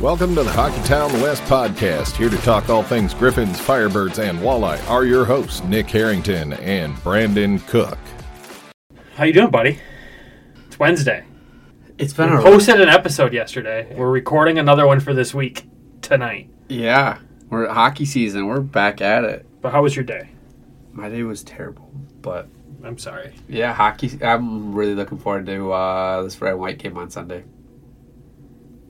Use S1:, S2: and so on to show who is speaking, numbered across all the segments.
S1: Welcome to the Hockeytown West podcast. Here to talk all things Griffins, Firebirds, and Walleye are your hosts, Nick Harrington and Brandon Cook.
S2: How you doing, buddy? It's Wednesday.
S3: It's been
S2: We
S3: a
S2: posted an episode yesterday. We're recording another one for this week tonight.
S3: yeah. We're hockey season. We're back at it.
S2: But how was your day?
S3: My day was terrible, but
S2: I'm sorry.
S3: yeah, hockey. I'm really looking forward to uh, this red and white game on Sunday.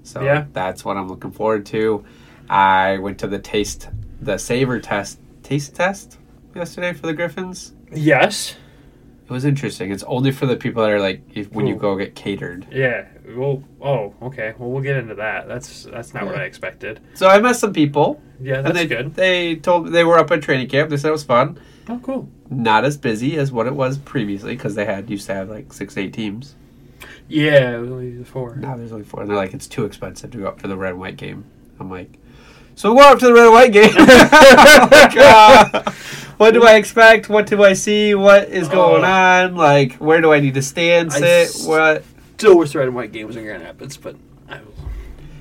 S3: So
S2: Yeah.
S3: that's what I'm looking forward to. I went to the taste, the savor test, taste test yesterday for the Griffins.
S2: Yes.
S3: It was interesting. It's only for the people that are like if, when you
S2: Ooh.
S3: go get catered.
S2: Yeah. Well. Oh. Okay. Well, we'll get into that. That's that's not what I expected.
S3: So I met some people.
S2: Yeah. That's
S3: and they,
S2: good.
S3: They told they were up at training camp. They said it was fun.
S2: Oh, cool.
S3: not as busy as what it was previously because they had used to have like six eight teams
S2: Yeah. We only do the four.
S3: now there's only four and they're like it's too expensive to go up to the red and white game i'm like so go up to the red and white game Like, uh, what do i expect what do i see what is going
S2: Oh.
S3: on like where do i need to stand
S2: I
S3: sit
S2: s-
S3: what
S2: Still worst red and white games in Grand Rapids, but I will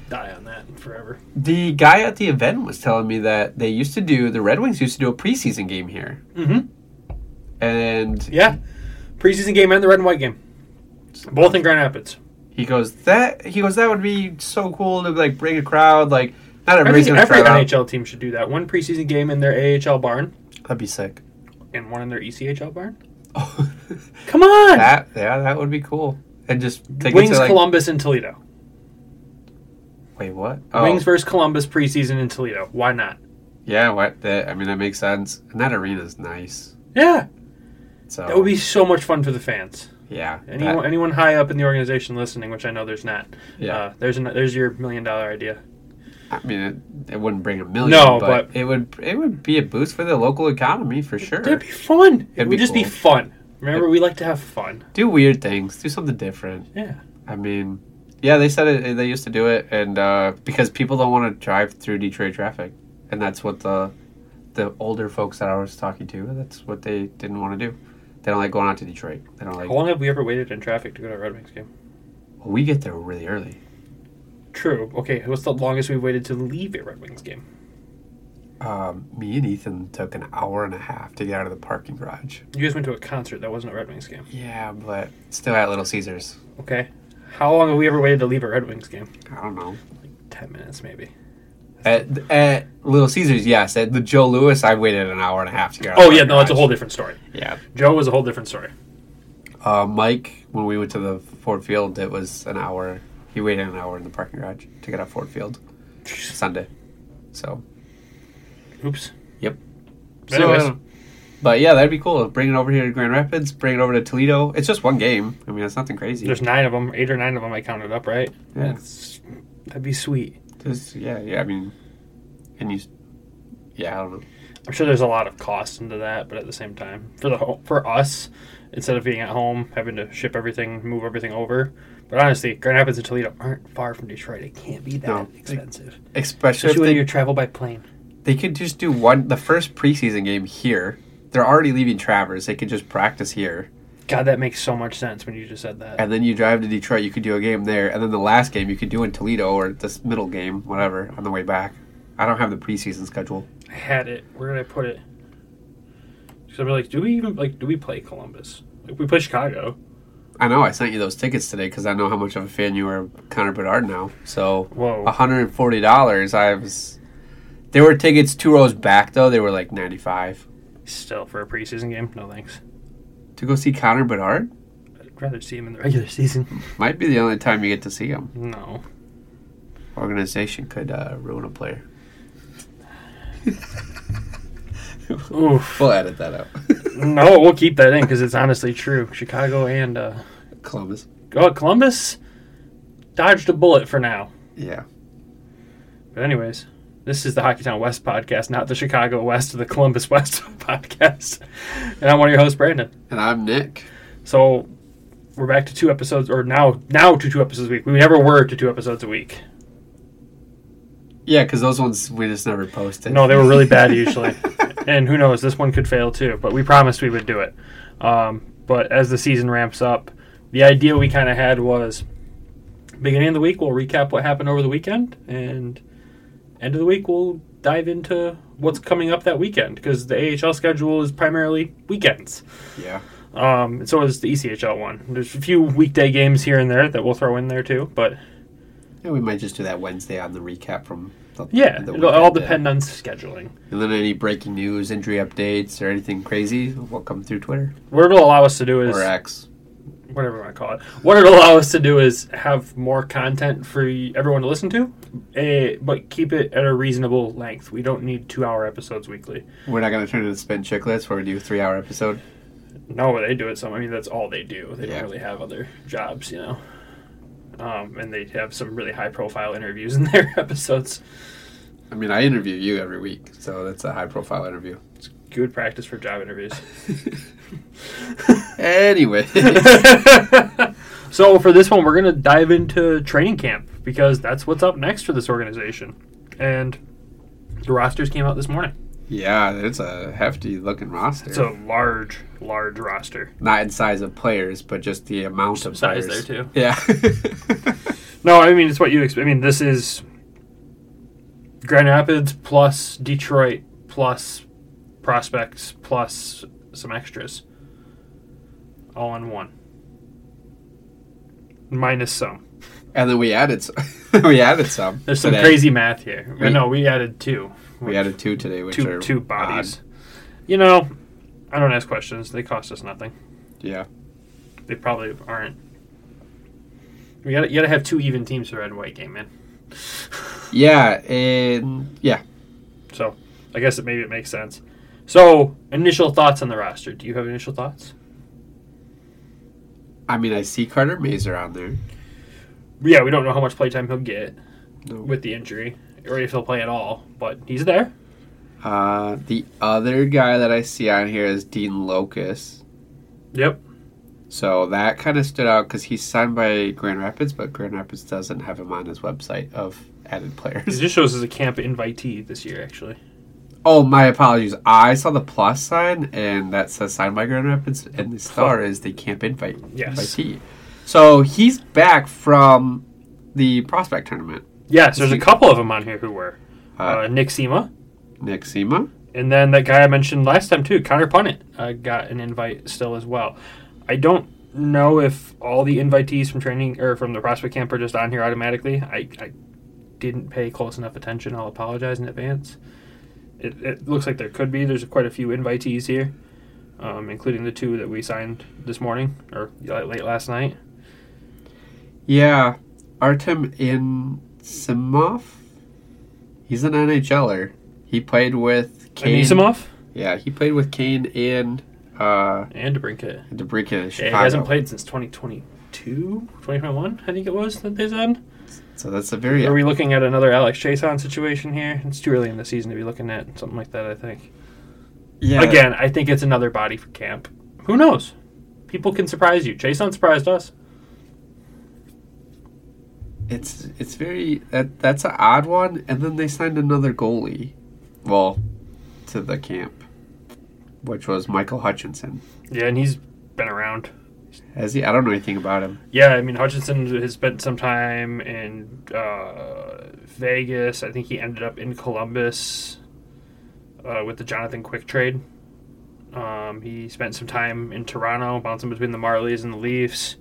S2: die on that forever.
S3: the guy at the event was telling me that they used to do the red wings used to do a preseason game here
S2: Mm-hmm.
S3: and
S2: Yeah. Preseason game and the red and white game, both in Grand Rapids.
S3: He goes that he goes that would be so cool to like bring a crowd like not
S2: I
S3: everybody's
S2: think
S3: gonna
S2: every
S3: crowd out.
S2: NHL team should do that. One preseason game in their AHL barn
S3: That'd be sick.
S2: and one in their E ECHL barn.
S3: Oh,
S2: Come on,
S3: that yeah, that would be cool. And just take it
S2: Wings
S3: to like
S2: Columbus and Toledo.
S3: wait what? Oh,
S2: Wings versus Columbus preseason in Toledo. Why not?
S3: yeah, what? That, I mean, that makes sense. And that arena's nice.
S2: Yeah,
S3: So
S2: that would be so much fun for the fans.
S3: yeah.
S2: Anyone,
S3: Oh. that-
S2: anyone high up in the organization listening, which I know there's not.
S3: Yeah.
S2: uh, there's an, there's your million dollar idea.
S3: I mean, it, it wouldn't bring a million.
S2: No,
S3: but, it would it would be a boost for the local economy for sure.
S2: That'd be fun. It
S3: It'd
S2: would
S3: be
S2: just be
S3: cool.
S2: fun. Remember, we like to have fun.
S3: do weird things. Do something different.
S2: Yeah.
S3: I mean, yeah, they said it. They used to do it, and uh, because people don't want to drive through Detroit traffic, and that's what the the older folks that I was talking to, that's what they didn't want to do. They don't like going out to Detroit. They don't like.
S2: How long have we ever waited in traffic to go to a Red Wings game?
S3: we get there really early.
S2: True. Okay, what's the longest we've waited to leave a Red Wings game?
S3: Um, me and Ethan took an hour and a half to get out of the parking garage.
S2: You guys went to a concert that wasn't a Red Wings game.
S3: Yeah, but still at Little Caesars.
S2: Okay. How long have we ever waited to leave a Red Wings game?
S3: I don't know.
S2: Ten minutes, maybe.
S3: At, at Little Caesars, yes. At the Joe Lewis, I waited an hour and a half to get. out of
S2: Oh
S3: the
S2: yeah, no,
S3: parking
S2: that's a
S3: garage.
S2: whole different story.
S3: Yeah,
S2: Joe was a whole different story.
S3: Uh, Mike, when we went to the Ford Field, it was an hour. He waited an hour in the parking garage to get out Ford Field Sunday. So,
S2: Oops.
S3: yep.
S2: But anyways.
S3: So, uh, but yeah, that'd be cool. Bring it over here to Grand Rapids. Bring it over to Toledo. It's just one game. I mean, it's nothing crazy.
S2: There's nine of them, eight or nine of them. I counted up, right?
S3: Yeah.
S2: That's- that'd be sweet.
S3: There's- yeah, yeah. I mean, and you, s- yeah, I don't know.
S2: I'm sure there's a lot of cost into that, but at the same time, for the ho- for us, instead of being at home, having to ship everything, move everything over. But honestly, Grand Rapids and Toledo aren't far from Detroit. It can't be that
S3: No.
S2: expensive,
S3: Especially
S2: especially
S3: if
S2: when
S3: they,
S2: you travel by plane.
S3: they could just do one the first preseason game here. They're already leaving Travers. They could just practice here.
S2: God, that makes so much sense when you just said that.
S3: and then you drive to Detroit, you could do a game there, and then the last game you could do in Toledo or this middle game, whatever, on the way back. I don't have the preseason schedule.
S2: I had it. Where did I put it? Because I'm like, do we even like do we play Columbus? Like we play Chicago.
S3: I know I sent you those tickets today because I know how much of a fan you are of Connor Bedard now. So
S2: Whoa.
S3: $140. I was. There were tickets two rows back though. They were like 95
S2: Still for a preseason game? No thanks.
S3: to go see Connor Bedard.
S2: I'd rather see him in the regular season.
S3: Might be the only time you get to see him.
S2: No.
S3: Organization could uh, ruin a player.
S2: Oof.
S3: We'll edit that out.
S2: No, we'll keep that in because it's honestly true. Chicago and uh,
S3: Columbus.
S2: oh, Columbus dodged a bullet for now.
S3: Yeah.
S2: But anyways, this is the Hockeytown West podcast, not the Chicago West or the Columbus West podcast. And I'm one of your hosts, Brandon.
S3: And I'm Nick.
S2: So we're back to two episodes, or now now to two episodes a week. We never were to two episodes a week.
S3: Yeah, because those ones we just never posted.
S2: No, they were really bad usually, and who knows, this one could fail too. But we promised we would do it. Um, but as the season ramps up, the idea we kind of had was beginning of the week, we'll recap what happened over the weekend, and end of the week, we'll dive into what's coming up that weekend because the AHL schedule is primarily weekends.
S3: Yeah.
S2: Um, and so is the ECHL one. There's a few weekday games here and there that we'll throw in there too, but
S3: Yeah, we might just do that Wednesday on the recap from the
S2: yeah,
S3: the
S2: it'll all
S3: weekend, uh,
S2: depend on scheduling.
S3: And then any breaking news, injury updates, or anything crazy will come through Twitter
S2: What it'll allow us to do is
S3: or X.
S2: whatever you want to call it. What it'll allow us to do is have more content for y- everyone to listen to, eh, but keep it at a reasonable length. We don't need two-hour episodes weekly.
S3: We're not going to turn it into spin chicklets where we do a three hour episode.
S2: No, they do it some. I mean, that's all they do. They
S3: Yeah.
S2: don't really have other jobs, you know. Um, and they have some really high-profile interviews in their episodes.
S3: I mean, I interview you every week, so that's a high profile interview.
S2: Good practice for job interviews.
S3: Anyway,
S2: so for this one, we're gonna dive into training camp because that's what's up next for this organization, and the rosters came out this morning.
S3: yeah, it's a hefty looking roster.
S2: It's a large, large roster.
S3: not in size of players, but just the amount of
S2: Size
S3: players.
S2: there, too.
S3: Yeah.
S2: No, I mean it's what you expect. I mean this is Grand Rapids plus Detroit plus prospects plus some extras, all in one. Minus some.
S3: and then we added some. we added some.
S2: There's some
S3: today.
S2: crazy math here.
S3: We-
S2: no, we added two.
S3: We added two today, which
S2: two
S3: are
S2: two bodies. You know, I don't ask questions. They cost us nothing.
S3: odd. Yeah.
S2: They probably aren't. We gotta, you gotta have two even teams for red and white game, man.
S3: Yeah,
S2: Mm.
S3: and yeah.
S2: So I guess it maybe it makes sense. So initial thoughts on the roster. Do you have initial thoughts?
S3: I mean, I see Carter Mazer on there.
S2: Yeah, we don't know how much playtime he'll get
S3: No.
S2: with the injury, or if he'll play at all. But he's there.
S3: Uh, the other guy that I see on here is Dean Locus.
S2: Yep.
S3: So that kind of stood out because he's signed by Grand Rapids, but Grand Rapids doesn't have him on his website of added
S2: It
S3: players.
S2: just shows as a camp invitee this year, actually.
S3: oh, my apologies. I saw the plus sign, and that says signed by Grand Rapids, and the star is the camp invite.
S2: Yes.
S3: invitee. So he's back from the prospect tournament.
S2: Yes, there's a couple of them on here who were
S3: Uh,
S2: uh, Nick Sema,
S3: Nick Sema.
S2: And then that guy I mentioned last time too, Connor Punnett, uh, got an invite still as well. I don't know if all the invitees from training or from the prospect camp are just on here automatically. I, I didn't pay close enough attention. I'll apologize in advance. It, it looks like there could be. There's quite a few invitees here, um, including the two that we signed this morning or la- late last night.
S3: Yeah, Artem Anisimov. He's an NHLer. He played with Kane.
S2: Anisimov
S3: Yeah, he played with Kane and uh,
S2: and DeBrinket.
S3: DeBrincat in
S2: Yeah, he
S3: Chicago.
S2: hasn't played since 2022, 2021, I think it was that they said.
S3: So that's a very
S2: Are we looking at another Alex Chason situation here? It's too early in the season to be looking at something like that, I think.
S3: yeah.
S2: Again, I think it's another body for camp. Who knows? People can surprise you. Chason surprised us.
S3: It's it's very that that's an odd one. And then they signed another goalie. Well, to the camp, which was Michael Hutchinson.
S2: Yeah, and he's been around.
S3: Has he? I don't know anything about him.
S2: Yeah, I mean, Hutchinson has spent some time in uh, Vegas. I think he ended up in Columbus uh, with the Jonathan Quick trade. Um, he spent some time in Toronto, bouncing between the Marlies and the Leafs.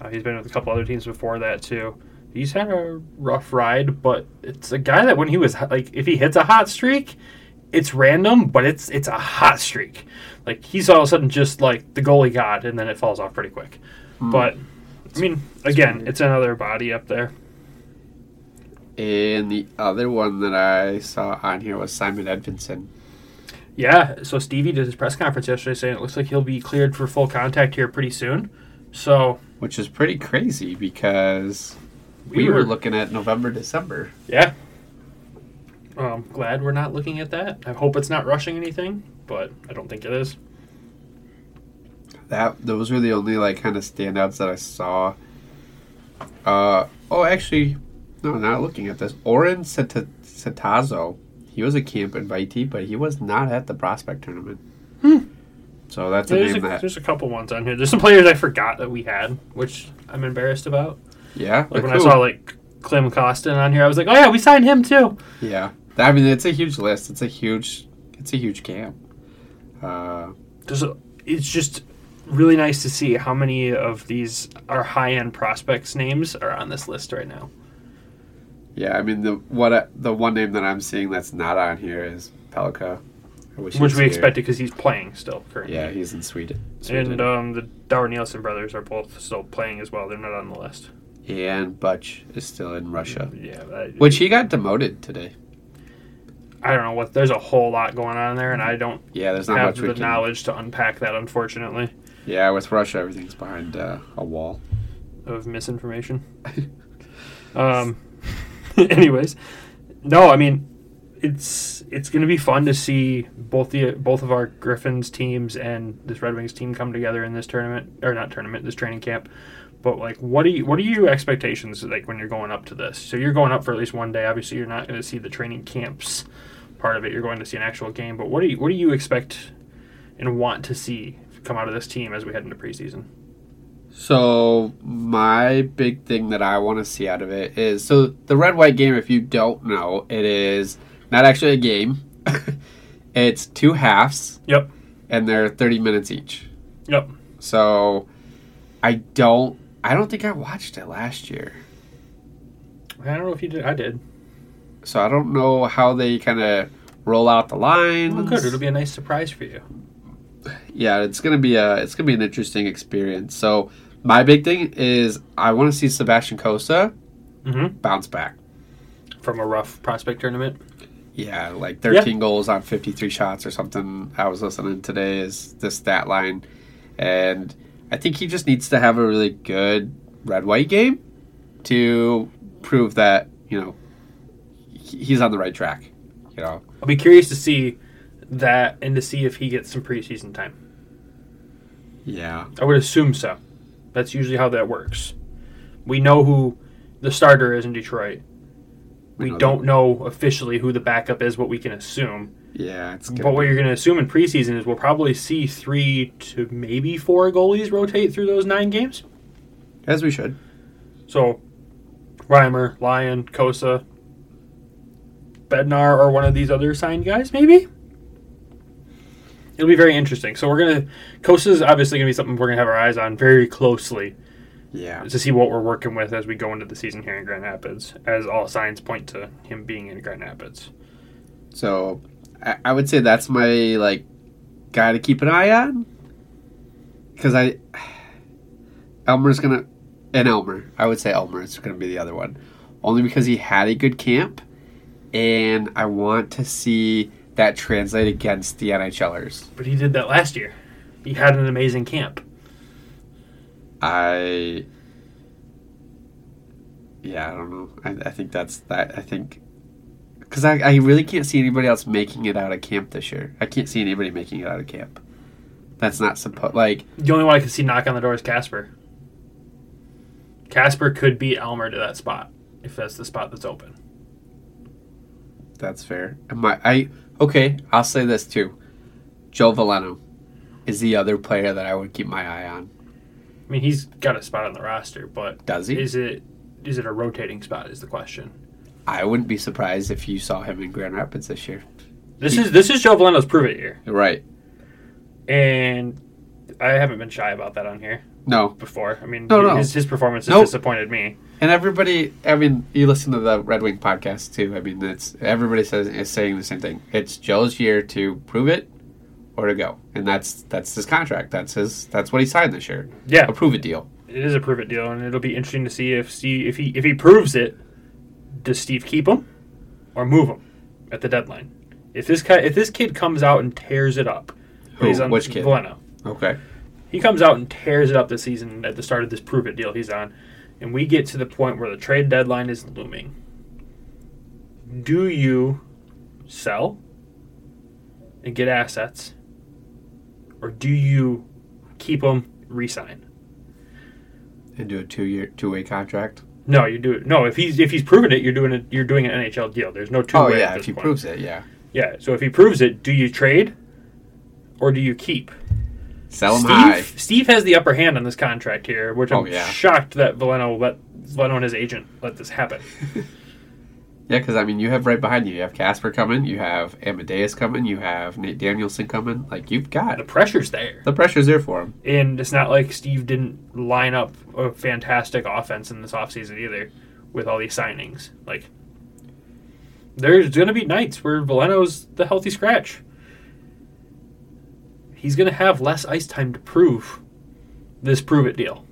S2: Uh, he's been with a couple other teams before that, too. He's had a rough ride, but it's a guy that when he was like, if he hits a hot streak, it's random, but it's it's a hot streak. Like he's all of a sudden just like the goalie god, and then it falls off pretty quick. But I mean, again, it's another body up there.
S3: And the other one that I saw on here was Simon Edvinson.
S2: Yeah. So Stevie did his press conference yesterday, saying it looks like he'll be cleared for full contact here pretty soon. So
S3: which is pretty crazy because we, were, looking at November, December.
S2: Yeah. I'm glad we're not looking at that. I hope it's not rushing anything, but I don't think it is.
S3: That those were the only like kind of standouts that I saw. Uh oh, actually, no, not looking at this. Oren Seta- Setazo, he was a camp invitee, but he was not at the prospect tournament. So that's a
S2: Hmm. There's
S3: name
S2: a,
S3: that
S2: there's a couple ones on here. There's some players I forgot that we had, which I'm embarrassed about.
S3: Yeah.
S2: Like when I
S3: who?
S2: saw like Clem Costin on here, I was like, oh yeah, we signed him too.
S3: Yeah. I mean, it's a huge list. It's a huge. It's a huge camp. Uh,
S2: There's a- it's just really nice to see how many of these our high end prospects names are on this list right now.
S3: yeah. I mean, the what I, the one name that I'm seeing that's not on here is Pelka. I wish he
S2: Which
S3: was
S2: we
S3: here.
S2: expected because he's playing still currently.
S3: Yeah, he's in Sweden. Sweden.
S2: And um, the Dower Nielsen brothers are both still playing as well. They're not on the list.
S3: and Butch is still in Russia.
S2: Yeah. I,
S3: Which he got demoted today.
S2: I don't know what. There's a whole lot going on there, and I don't
S3: Yeah, there's Mm-hmm. not
S2: have
S3: much we
S2: the
S3: can.
S2: knowledge to unpack that, unfortunately,
S3: Yeah, with Russia, everything's behind uh, a wall.
S2: of misinformation. um, anyways, no, I mean, it's it's going to be fun to see both the both of our Griffins teams and this Red Wings team come together in this tournament or not tournament, this training camp. But like, what do you what are your expectations like when you're going up to this? So you're going up for at least one day. Obviously, you're not going to see the training camps part of it. You're going to see an actual game. But what do you what do you expect and want to see come out of this team as we head into preseason?
S3: So my big thing that I want to see out of it is so the red white game. If you don't know, it is not actually a game. it's two halves,
S2: Yep.
S3: and they're thirty minutes each.
S2: Yep.
S3: So I don't. I don't think I watched it last year.
S2: I don't know if you did. I did.
S3: So I don't know how they kind of roll out the lines.
S2: Well, good. It'll be a nice surprise for you.
S3: yeah, it's gonna be a it's gonna be an interesting experience. So my big thing is I want to see Sebastian Costa
S2: Mm-hmm.
S3: bounce back.
S2: From a rough prospect tournament.
S3: Yeah, like 13 goals on 53 shots or something. I was listening today is this stat line, and I think he just needs to have a really good red white game to prove that you know he- he's on the right track. You know,
S2: I'll be curious to see that and to see if he gets some preseason time.
S3: yeah,
S2: I would assume so. That's usually how that works. We know who the starter is in Detroit. We
S3: know
S2: don't know officially who the backup is, what we can assume.
S3: yeah, it's
S2: But what you're going to assume in preseason is we'll probably see three to maybe four goalies rotate through those nine games.
S3: as we should.
S2: So, Reimer, Lyon, Kosa, Bednar, or one of these other signed guys, maybe? It'll be very interesting. So, we're going to. Kosa's obviously going to be something we're going to have our eyes on very closely
S3: Yeah,
S2: to see what we're working with as we go into the season here in Grand Rapids, as all signs point to him being in Grand Rapids.
S3: So I, I would say that's my like guy to keep an eye on because I Elmer's gonna and Elmer I would say Elmer is gonna be the other one only because he had a good camp and I want to see that translate against the NHLers.
S2: But he did that last year. He had an amazing camp.
S3: I yeah I don't know I, I think that's that I think. Because I, I really can't see anybody else making it out of camp this year. I can't see anybody making it out of camp. That's not supposed like
S2: The only one I could see knock on the door is Casper. Casper could be Elmer to that spot if that's the spot that's open.
S3: that's fair. Am I, I okay? I'll say this too. Joe Valeno is the other player that I would keep my eye on.
S2: I mean, he's got a spot on the roster, but
S3: Does he?
S2: is it is it a rotating spot? Is the question.
S3: I wouldn't be surprised if you saw him in Grand Rapids this year.
S2: This is this is Joe Valeno's prove it year,
S3: Right?
S2: and I haven't been shy about that on here
S3: No,
S2: before. I mean,
S3: No, no.
S2: his his performance has
S3: Nope.
S2: disappointed me.
S3: And everybody, I mean, you listen to the Red Wing podcast too. I mean, it's everybody says is saying the same thing. It's Joe's year to prove it or to go, and that's that's his contract. That's his. That's what he signed this year.
S2: Yeah,
S3: A prove it deal.
S2: it is a prove it deal, and it'll be interesting to see if see if he if he proves it. Does Steve keep him or move him at the deadline? If this ki- if this kid comes out and tears it up,
S3: Who? Which kid?
S2: Valeno.
S3: Okay.
S2: he comes out and tears it up this season at the start of this prove it deal he's on, and we get to the point where the trade deadline is looming. Do you sell and get assets, or do you keep them, resign?
S3: And do a two year two way contract.
S2: No, you do it. No, if he's if he's proven it, you're doing it. You're doing an NHL deal. There's no two.
S3: Oh
S2: way
S3: yeah,
S2: at this
S3: if he
S2: point.
S3: proves it, yeah.
S2: Yeah, so if he proves it, do you trade or do you keep?
S3: Sell them high.
S2: Steve, Steve has the upper hand on this contract here, which I'm
S3: Oh, yeah.
S2: shocked that Valeno let Valeno and his agent let this happen.
S3: Yeah, because I mean, you have right behind you. You have Casper coming. You have Amadeus coming. You have Nate Danielson coming. Like you've
S2: The
S3: got
S2: pressure's there,
S3: the pressure's there for him.
S2: and it's not like Steve didn't line up a fantastic offense in this offseason either, with all these signings. Like, there's gonna be nights where Valeno's the healthy scratch. He's gonna have less ice time to prove this prove it deal.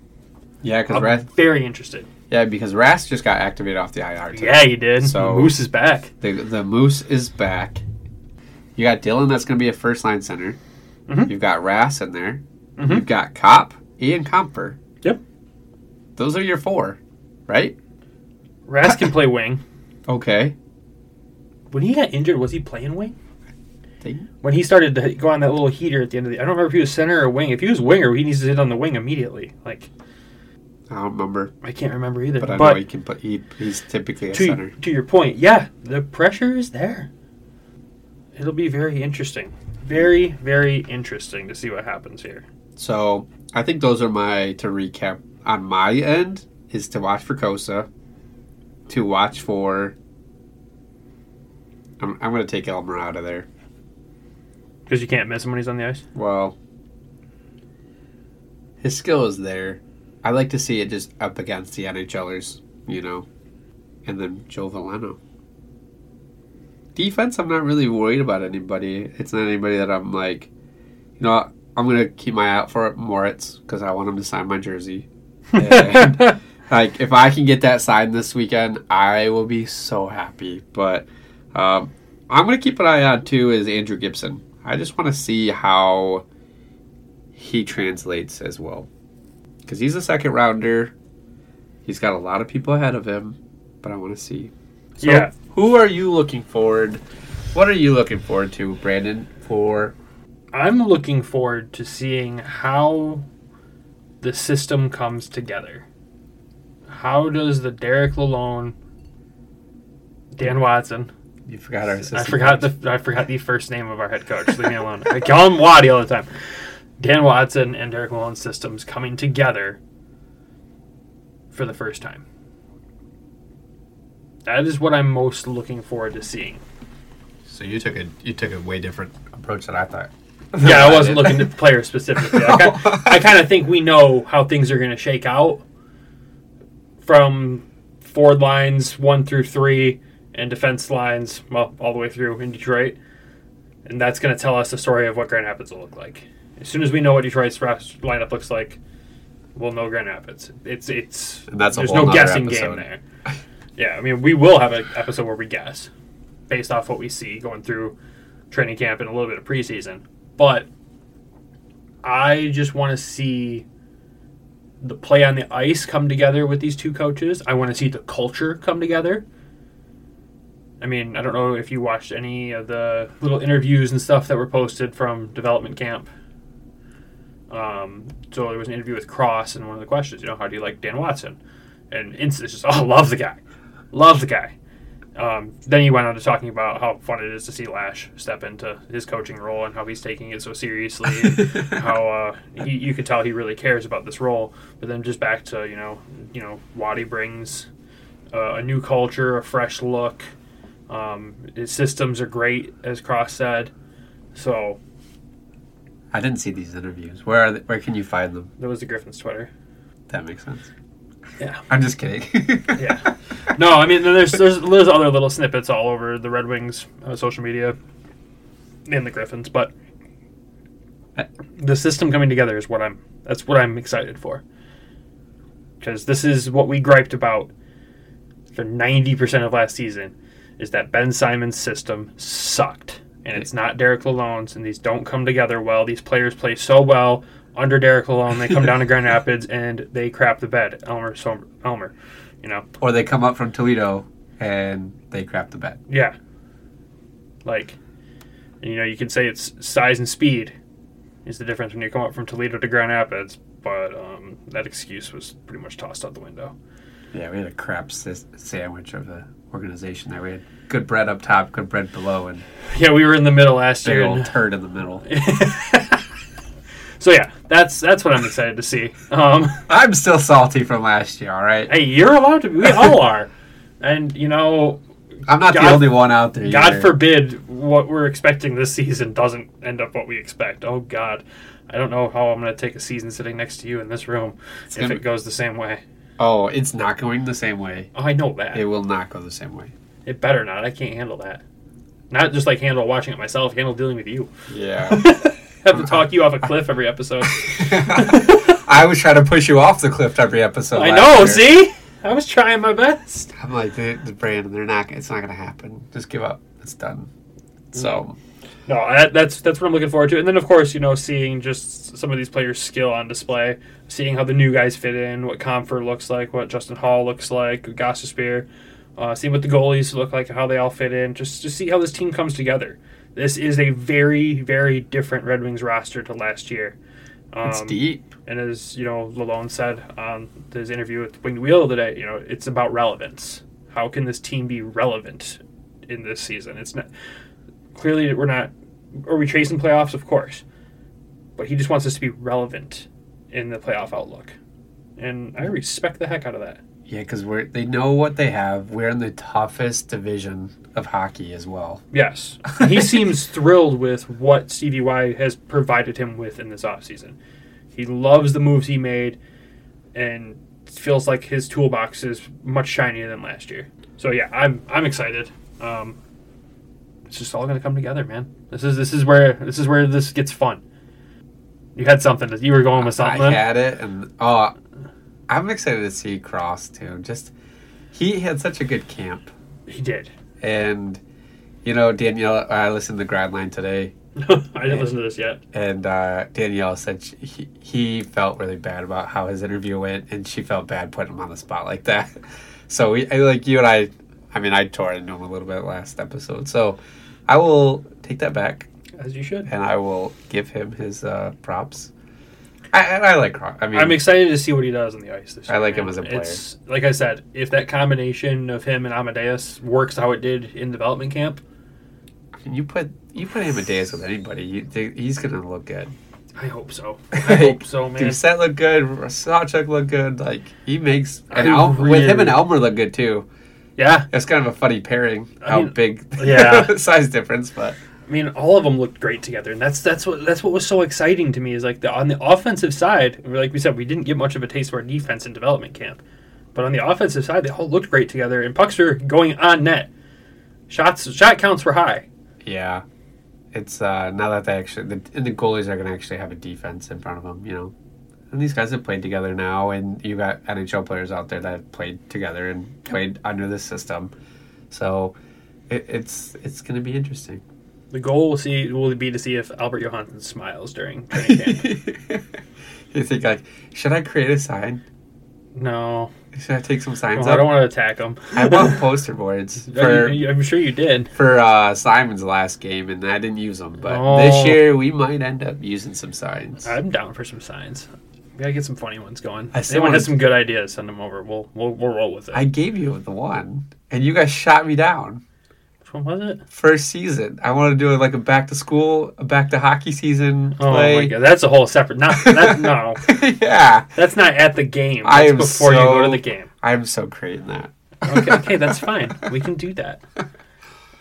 S3: Yeah, because
S2: I'm
S3: Ras.
S2: very interested.
S3: Yeah, because Ras just got activated off the IR. today.
S2: Yeah, he did.
S3: So-
S2: Moose is back.
S3: The the moose is back. You got Dylan. That's going to be a first line center.
S2: Mhm.
S3: You've got Ras in there.
S2: Mhm.
S3: You've got Cop Ian Comfer.
S2: Yep.
S3: Those are your four, right?
S2: Rask can play wing.
S3: Okay.
S2: When he got injured, was he playing wing?
S3: They-
S2: When he started to go on that little heater at the end of the, I don't remember if he was center or wing. If he was winger, he needs to hit on the wing immediately. Like
S3: I don't remember,
S2: I can't remember either.
S3: but I
S2: But,
S3: know he can put. He, he's typically a
S2: to
S3: center.
S2: to your point, yeah, the pressure is there. It'll be very interesting, very very interesting to see what happens here.
S3: So I think those are my to recap on my end is to watch for Kosa, to watch for. I'm, I'm going to take Elmer out of there.
S2: Because you can't miss him when he's on the ice.
S3: Well, his skill is there. I like to see it just up against the NHLers, you know, and then Joe Valeno. Defense, I'm not really worried about anybody. It's not anybody that I'm like, you know, I'm gonna keep my eye out for Moritz because I want him to sign my jersey. And- like if I can get that signed this weekend, I will be so happy. But um, I'm gonna keep an eye on too is Andrew Gibson. I just want to see how he translates as well, because he's a second rounder. He's got a lot of people ahead of him, but I want to see. So,
S2: Yeah.
S3: Who are you looking forward? What are you looking forward to, Brandon? For
S2: I'm looking forward to seeing how the system comes together. How does the Derek Lalone, Dan Watson?
S3: you forgot our.
S2: I
S3: assistant
S2: forgot
S3: coach.
S2: the I forgot the first name of our head coach. Leave me alone. I call him Waddy all the time. Dan Watson and Derek Lalone systems coming together for the first time. That is what I'm most looking forward to seeing.
S3: So you took a you took a way different approach than I thought.
S2: Yeah, I wasn't looking at players specifically. I, ki- I kind of think we know how things are going to shake out from forward lines one through three and defense lines, well, all the way through in Detroit. And that's going to tell us the story of what Grand Rapids will look like. As soon as we know what Detroit's ros- lineup looks like, we'll know Grand Rapids. It's it's
S3: And that's a
S2: there's
S3: whole
S2: no
S3: nother
S2: guessing game
S3: episode.
S2: there. Yeah, I mean, we will have an episode where we guess based off what we see going through training camp and a little bit of preseason. But I just want to see the play on the ice come together with these two coaches. I want to see the culture come together. I mean, I don't know if you watched any of the little interviews and stuff that were posted from development camp. Um, so there was an interview with Cross, and one of the questions, you know, how do you like Dan Watson? And it's it's just, oh, love the guy, love the guy. Um, then he went on to talking about how fun it is to see Lash step into his coaching role and how he's taking it so seriously, and how uh, he, you could tell he really cares about this role. But then just back to you know, you know, Waddy brings uh, a new culture, a fresh look. Um, his systems are great, as Cross said. So
S3: I didn't see these interviews. Where are they, where can you find them?
S2: that was the Griffin's Twitter.
S3: That makes sense.
S2: Yeah.
S3: I'm just kidding.
S2: Yeah. No, I mean there's there's there's other little snippets all over the Red Wings uh, social media and the Griffins, but the system coming together is what I'm that's what I'm excited for. Because this is what we griped about for ninety percent of last season is that Ben Simon's system sucked. And it's not Derek Lalone's and these don't come together well. These players play so well under Derek Lalone, they come down to Grand Rapids and they crap the bed. Elmer so Elmer. You know,
S3: Or they come up from Toledo and they crap the bed.
S2: yeah. Like, and, you know, you can say it's size and speed is the difference when you come up from Toledo to Grand Rapids, but um, that excuse was pretty much tossed out the window.
S3: Yeah, we had a crap sis- sandwich of the organization there. We had good bread up top, good bread below, and
S2: Yeah, we were in the middle last
S3: big
S2: year.
S3: old
S2: and-
S3: turd in the middle.
S2: So yeah, that's that's what I'm excited to see. Um,
S3: I'm still salty from last year. All right,
S2: hey, you're allowed to. We all are, and you know,
S3: I'm not the
S2: God-
S3: only one out there.
S2: God
S3: either.
S2: forbid what we're expecting this season doesn't end up what we expect. Oh God, I don't know how I'm going to take a season sitting next to you in this room if
S3: gonna-
S2: it goes the same way.
S3: Oh, it's not going the same way.
S2: Oh, I know that.
S3: It
S2: It,
S3: will not go the same way.
S2: better not. I can't handle that. Not just like handle watching it myself. Handle dealing with you.
S3: Yeah.
S2: Have to
S3: Uh-huh.
S2: talk you off a cliff every episode.
S3: I was trying to push you off the cliff every episode.
S2: I
S3: last
S2: know.
S3: year.
S2: See, I was trying my best.
S3: I'm like, the, the brand, they're not. It's not gonna happen. Just give up. It's done. So
S2: No, that, that's that's what I'm looking forward to. And then, of course, you know, seeing just some of these players' skill on display, seeing how the new guys fit in, what Comfort looks like, what Justin Hall looks like, Gossespear, uh, seeing what the goalies look like and how they all fit in. Just just see how this team comes together. This is a very very different Red Wings roster to last year. Um,
S3: it's deep.
S2: and as you know, Lalone said on his interview with Winged Wheel today, you know, it's about relevance. How can this team be relevant in this season? It's not clearly we're not. Are we chasing playoffs? Of course, but he just wants us to be relevant in the playoff outlook, and I respect the heck out of that.
S3: Yeah, because we're they know what they have. We're in the toughest division of hockey as well.
S2: Yes, And he seems thrilled with what Stevie Y has provided him with in this offseason. He loves the moves he made and feels like his toolbox is much shinier than last year. So yeah, I'm I'm excited. Um, it's just all going to come together, man. This is this is where this is where this gets fun. You had something that you were going with something.
S3: I
S2: then?
S3: had it, and oh, I'm excited to see Cross too. Just he had such a good camp,
S2: He did.
S3: and you know Danielle. I listened to Grindline today,
S2: I didn't listen to this yet.
S3: and uh, Danielle said she, he, he felt really bad about how his interview went, and she felt bad putting him on the spot like that. So we, I, like you and I, I mean, I tore into him a little bit last episode. So I will take that back,
S2: As you should.
S3: and I will give him his uh, props. I, and I like Cross. I mean,
S2: I'm excited to see what he does on the ice this
S3: I
S2: year.
S3: like
S2: man.
S3: him as a player.
S2: It's, like I said, if that combination of him and Amadeus works how it did in development camp,
S3: you put you put Amadeus with anybody, you, they, he's gonna look good.
S2: I hope so. I hope so, man.
S3: Doucette looked good. Sawchuk looked good. Like he makes and
S2: I
S3: Al, with him
S2: really-
S3: and Elmer look good too.
S2: Yeah,
S3: It's kind of a funny pairing.
S2: I
S3: how
S2: mean,
S3: big,
S2: yeah.
S3: size difference, but
S2: I mean, all of them looked great together, and that's that's what that's what was so exciting to me is like the on the offensive side, like we said, we didn't get much of a taste of our defense in development camp, but on the offensive side, they all looked great together, and pucks were going on net. Shots, shot counts were high.
S3: yeah. It's uh, now that they actually the, and the goalies are gonna actually have a defense in front of them, you know. And these guys have played together now, and you got NHL players out there that have played together and played under this system, so it, it's it's gonna be interesting.
S2: The goal will see will be to see if Albert Johansson smiles during training camp.
S3: you think like, should I create a sign?
S2: no,
S3: Should I take some signs
S2: Well, Oh, I don't
S3: up?
S2: want to attack him.
S3: I want poster boards for
S2: I'm sure you did.
S3: for uh, Simon's last game, and I didn't use them. But this
S2: Oh.
S3: year we might end up using some signs.
S2: I'm down for some signs. We gotta get some funny ones going.
S3: I
S2: I
S3: still
S2: Anyone has
S3: wanna-
S2: some good ideas, send them over. We'll we'll, we'll roll with it.
S3: I gave you the one, and you guys shot me down.
S2: Which one was it?
S3: First season, I want to do like a back to school, a back to hockey season
S2: Oh
S3: play.
S2: my god, that's a whole separate. Not that, no,
S3: yeah,
S2: that's not at the game. That's
S3: I am
S2: before you go to
S3: so-
S2: the game.
S3: I'm so creating that.
S2: Okay, okay, that's fine. We can do that.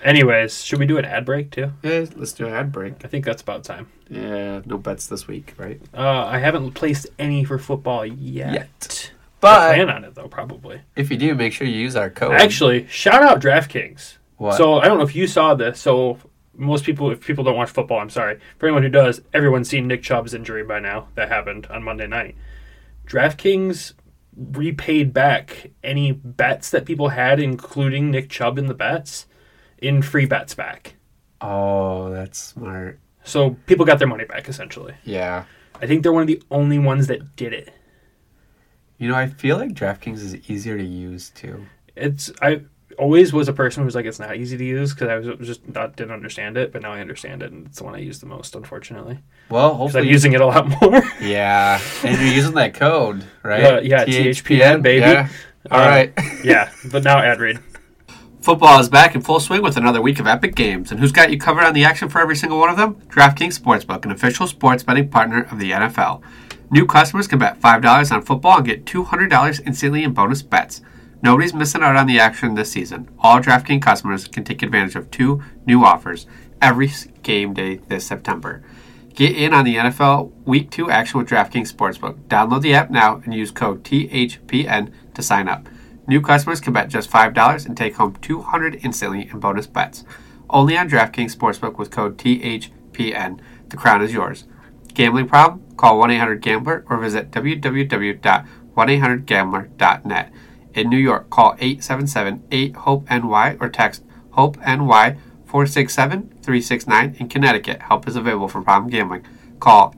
S2: Anyways, should we do an ad break too?
S3: Yeah, let's do an ad break.
S2: I think that's about time.
S3: Yeah, no bets this week, right?
S2: Uh, I haven't placed any for football yet.
S3: Yet. Uh,
S2: I
S3: But
S2: plan on it though, probably.
S3: If you do, make sure you use our code.
S2: Actually, shout out DraftKings.
S3: What?
S2: So I don't know if you saw this. So most people, if people don't watch football, I'm sorry. For anyone who does, everyone's seen Nick Chubb's injury by now. That happened on Monday night. DraftKings repaid back any bets that people had, including Nick Chubb in the bets, in free bets back.
S3: oh, that's smart.
S2: So people got their money back essentially.
S3: Yeah.
S2: I think they're one of the only ones that did it.
S3: You know, I feel like DraftKings is easier to use too.
S2: It's I always was a person who's like it's not easy to use because I was just not didn't understand it, but now I understand it and it's the one I use the most, unfortunately.
S3: Well,
S2: 'Cause I'm
S3: hopefully.
S2: using it a lot more.
S3: yeah, and you're using that code, right?
S2: Uh, yeah, THPN, baby.
S3: Yeah. All
S2: Uh,
S3: right.
S2: yeah, but now ad read.
S3: Football is back in full swing with another week of epic games, and who's got you covered on the action for every single one of them? DraftKings Sportsbook, an official sports betting partner of the NFL. New customers can bet $5 on football and get $200 instantly in bonus bets. Nobody's missing out on the action this season. All DraftKings customers can take advantage of two new offers every s- game day this September. Get in on the NFL Week 2 action with DraftKings Sportsbook. Download the app now and use code THPN to sign up. New customers can bet just $5 and take home 200 instantly in bonus bets. Only on DraftKings Sportsbook with code THPN. The crown is yours. Gambling problem? Call 1-800-GAMBLER or visit www.1800gambler.net. In New York, call 877-8-HOPE-NY or text HOPE-NY 467-369. In Connecticut, help is available for problem gambling. Call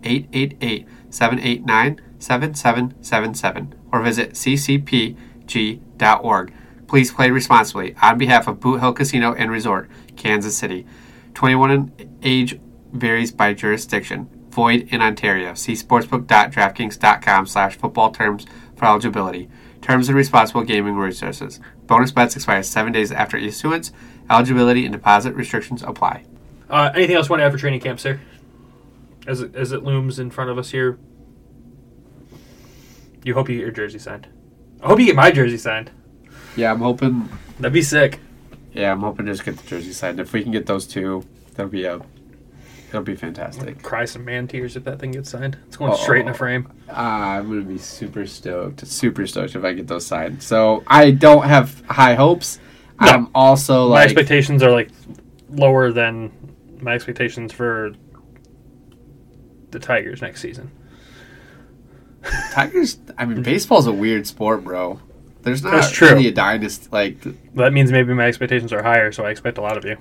S3: 888-789-7777 or visit ccpg.org. Please play responsibly on behalf of Boot Hill Casino and Resort, Kansas City. 21 and age varies by jurisdiction. Void in Ontario. See sportsbook.draftkings.com slash football terms for eligibility. Terms and responsible gaming resources. Bonus bets expire seven days after issuance. Eligibility and deposit restrictions apply.
S2: Uh, anything else you want to add for training camp, sir? As it, as it looms in front of us here, you hope you get your jersey signed. I hope you get my jersey signed.
S3: Yeah, I'm hoping.
S2: That'd be sick.
S3: Yeah, I'm hoping to just get the jersey signed. If we can get those two, that'll be a, it'll be fantastic.
S2: Cry some man tears if that thing gets signed. It's going straight in the
S3: Oh.
S2: frame.
S3: Ah, I'm gonna be super stoked, super stoked if I get those signed. So I don't have high hopes.
S2: No.
S3: I'm also
S2: my
S3: like
S2: expectations are like lower than my expectations for the Tigers next season.
S3: Tigers. I mean, baseball's a weird sport, bro. There's not
S2: Mm-hmm. That's true.
S3: really a dynasty. Like,
S2: That means maybe my expectations are higher, so I expect a lot of you.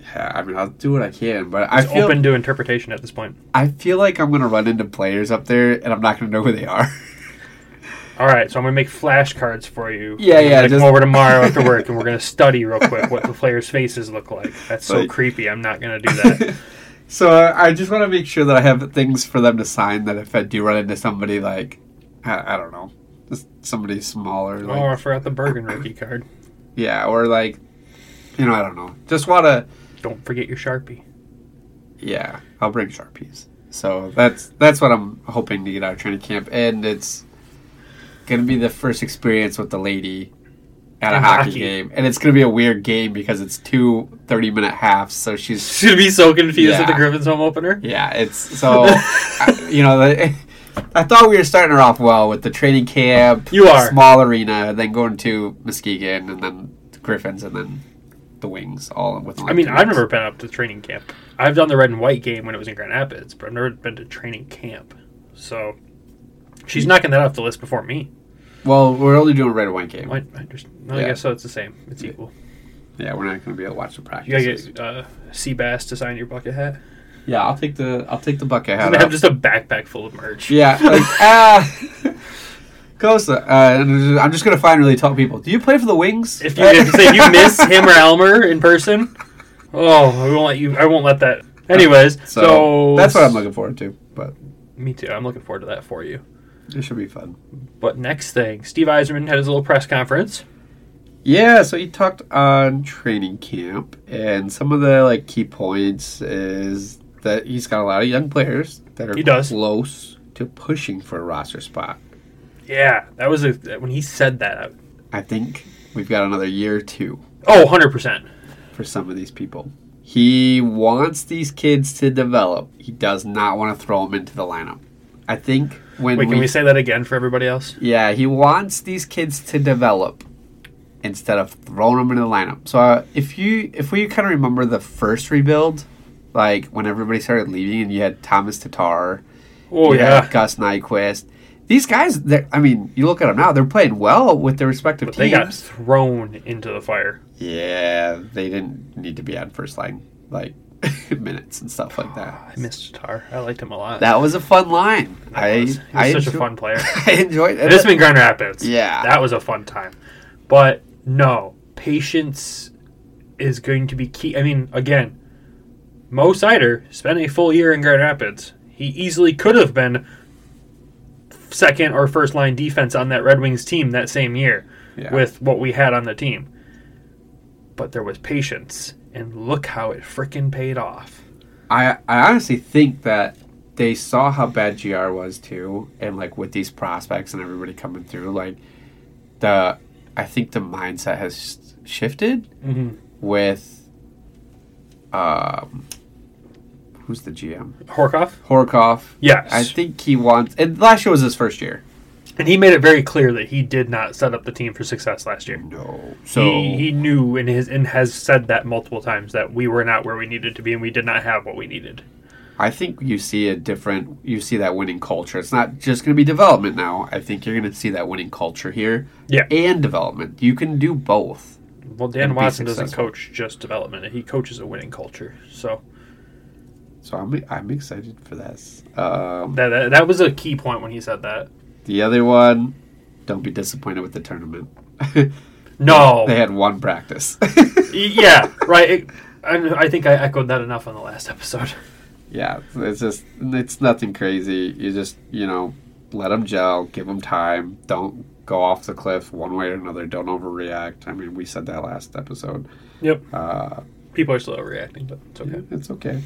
S3: yeah, I mean, I'll do what I can, but I
S2: It's
S3: feel
S2: open to interpretation at this point.
S3: I feel like I'm gonna run into players up there, and I'm not gonna know who they are.
S2: All right, so I'm gonna make flashcards for you.
S3: Yeah,
S2: I'm
S3: yeah,
S2: gonna
S3: just-
S2: come over tomorrow after work, and we're gonna study real quick what the players' faces look like. That's so
S3: Like-
S2: creepy. I'm not gonna do that.
S3: so uh, I, I just want to make sure that I have things for them to sign. That if I do run into somebody like, I, I don't know, just somebody smaller, like
S2: oh, I forgot the Bergen rookie card.
S3: yeah, or like, you know, I don't know. Just want to,
S2: Don't forget your sharpie.
S3: yeah. I'll bring sharpies. So that's that's what I'm hoping to get out of training camp, and it's gonna be the first experience with the lady at a
S2: And
S3: hockey,
S2: hockey.
S3: game, and it's gonna be a weird game because it's two 30 minute halves. So she's
S2: She's gonna be so confused
S3: at the Yeah.
S2: Griffins home opener.
S3: Yeah, it's so I, you know. The, I thought we were starting her off well with the training camp.
S2: You are.
S3: small arena, then going to Muskegon, and then the Griffins, and then the Wings. All with.
S2: I
S3: only
S2: mean,
S3: two
S2: I've
S3: wins.
S2: never been up to training camp. I've done the red and white game when it was in Grand Rapids, but I've never been to training camp. So she's knocking that off the list before me.
S3: Well, we're only doing a red and white game.
S2: I, I just, no, I
S3: Yeah.
S2: guess so. It's the same. It's equal.
S3: Yeah, we're not going to be able to watch the
S2: You gotta
S3: practice.
S2: get uh, Seabass to sign your bucket hat.
S3: Yeah, I'll take the I'll take the bucket
S2: I'm
S3: hat.
S2: gonna have
S3: off.
S2: just a backpack full of merch.
S3: Yeah, like ah. Kosa, uh, and I'm just gonna find really tall people. Do you play for the Wings?
S2: If you if, say, if you miss him or Elmer in person, oh, I won't let you. I won't let that. Anyways, so,
S3: so, that's what I'm looking forward to. But
S2: Me too. I'm looking forward to that for you.
S3: it should be fun.
S2: But next thing, Steve Eiserman had his little press conference.
S3: Yeah, so he talked on training camp, and some of the like key points is that he's got a lot of young players that are
S2: He does.
S3: close to pushing for a roster spot.
S2: Yeah, that was a when he said that. I,
S3: I think we've got another year or two
S2: Oh, 100%.
S3: for some of these people. He wants these kids to develop. He does not want to throw them into the lineup. I think when
S2: Wait,
S3: we,
S2: can we say that again for everybody else?
S3: yeah, he wants these kids to develop instead of throwing them into the lineup. So uh, if you if we kind of remember the first rebuild, like when everybody started leaving and you had Thomas Tatar,
S2: Oh,
S3: you
S2: yeah.
S3: had Gus Nyquist. These guys, they're- I mean, you look at them now; they're playing well with their respective
S2: But they
S3: teams.
S2: got thrown into the fire.
S3: Yeah, they didn't need to be on first line like minutes and stuff like
S2: I
S3: that.
S2: missed Tatar. I liked him a lot.
S3: That was a fun line. I
S2: He was, he was
S3: I
S2: such a
S3: enjoy-
S2: fun player.
S3: I enjoyed it.
S2: This has been Grand Rapids.
S3: Yeah.
S2: That was a fun time. But no, patience is going to be key. I mean, again, Mo Sider spent a full year in Grand Rapids. He easily could have been second or first line defense on that Red Wings team that same year
S3: Yeah.
S2: with what we had on the team. but there was patience, and look how it frickin' paid off.
S3: I I honestly think that they saw how bad GR was too, and like with these prospects and everybody coming through, like the I think the mindset has shifted
S2: Mm-hmm.
S3: with um who's the GM
S2: Horkoff,
S3: Horkoff.
S2: Yes.
S3: I think he wants. And last year was his first year.
S2: and he made it very clear that he did not set up the team for success last year.
S3: No, so
S2: So he, he knew and his and has said that multiple times that we were not where we needed to be and we did not have what we needed.
S3: I think you see a different, you see that winning culture. It's not just going to be development now. I think you're going to see that winning culture here
S2: Yeah.
S3: and development. You can do both.
S2: Well, Dan
S3: And be
S2: Watson doesn't
S3: successful.
S2: coach just development; he coaches a winning culture. So
S3: So I'm, I'm excited for this. Um,
S2: that, that that was a key point when he said that.
S3: the other one, don't be disappointed with the tournament. they
S2: No,
S3: had one practice.
S2: yeah, right. It, I, I think I echoed that enough on the last episode.
S3: yeah, it's just it's nothing crazy. You just you know let them gel, give them time. Don't go off the cliff one way or another. Don't overreact. I mean, we said that last episode.
S2: Yep,
S3: Uh,
S2: people are still overreacting, but it's okay.
S3: It's okay.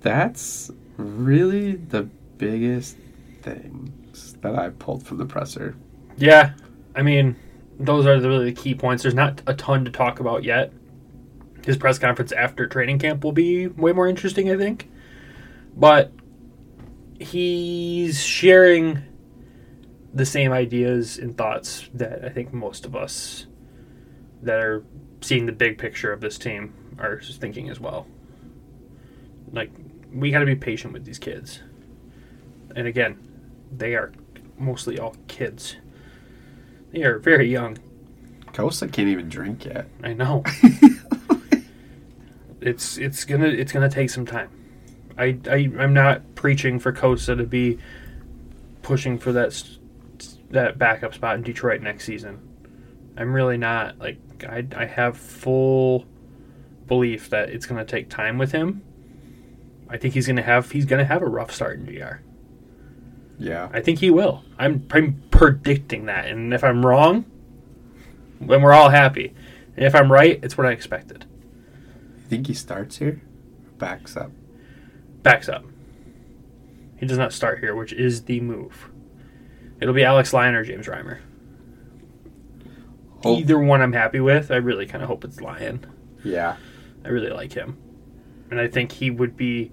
S3: That's really the biggest things that I pulled from the presser.
S2: Yeah, I mean, those are the, really the key points. There's not a ton to talk about yet. His press conference after training camp will be way more interesting, I think. But he's sharing the same ideas and thoughts that I think most of us that are seeing the big picture of this team are thinking as well. Like, we got to be patient with these kids. And again, they are mostly all kids. They are very young.
S3: Kosa can't even drink yet.
S2: I know. it's it's gonna it's gonna take some time. I I I'm not preaching for Kosa to be pushing for that s- that backup spot in Detroit next season. I'm really not like I I have full belief that it's gonna take time with him. I think he's gonna have he's gonna have a rough start in GR.
S3: Yeah.
S2: I think he will. I'm, I'm predicting that, and if I'm wrong, then we're all happy. And if I'm right, it's what I expected.
S3: I think he starts here, backs up.
S2: Backs up. He does not start here, which is the move. It'll be Alex Lyon or James Reimer.
S3: Hope-
S2: Either one I'm happy with. I really kind of hope it's Lyon.
S3: Yeah.
S2: I really like him. And I think he would be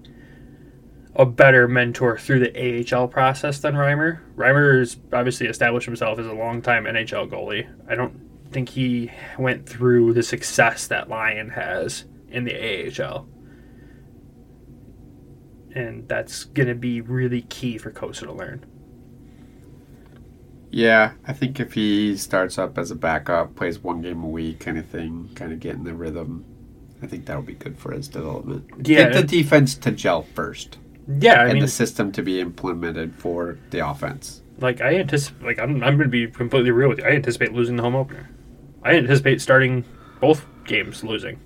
S2: a better mentor through the AHL process than Reimer. Reimer's obviously established himself as a longtime NHL goalie. I don't think he went through the success that Lyon has in the AHL. And that's going to be really key for Kosa to learn.
S3: Yeah, I think if he starts up as a backup, plays one game a week, kind of thing, kind of getting the rhythm, I think that'll be good for his development.
S2: Yeah.
S3: Get the defense to gel first,
S2: Yeah, I
S3: and
S2: mean,
S3: the system to be implemented for the offense.
S2: like I anticipate, like I'm, I'm going to be completely real with you. I anticipate losing the home opener. I anticipate starting both games losing.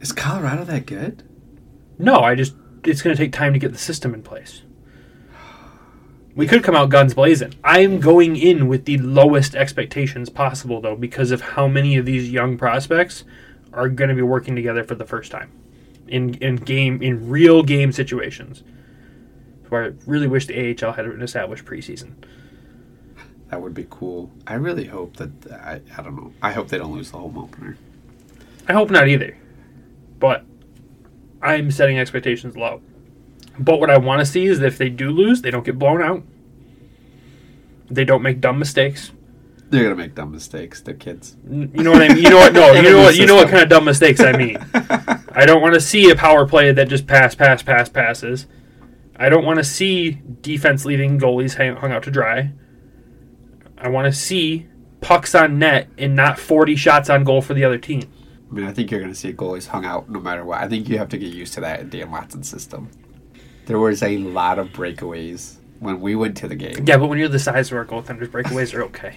S3: Is Colorado that good?
S2: No, I just it's going to take time to get the system in place. We could come out guns blazing. I'm going in with the lowest expectations possible though because of how many of these young prospects are going to be working together for the first time in in game in real game situations. So I really wish the AHL had an established preseason.
S3: That would be cool. I really hope that I, I don't know. I hope they don't lose the home opener.
S2: I hope not either. But I'm setting expectations low. But what I want to see is that if they do lose, they don't get blown out. They don't make dumb mistakes.
S3: They're gonna make dumb mistakes. They're kids.
S2: N- You know what I mean? You know what? No, you know what? You know what
S3: System.
S2: kind of dumb mistakes I mean. I don't want to see a power play that just pass, pass, pass, passes. I don't want to see defense leaving goalies hang, hung out to dry. I want to see pucks on net and not 40 shots on goal for the other team.
S3: I mean, I think you're gonna see goalies hung out no matter what. I think you have to get used to that in Dan Watson's system. There was a lot of breakaways when we went to the game.
S2: Yeah, but when you're the size of our goaltenders, breakaways are okay.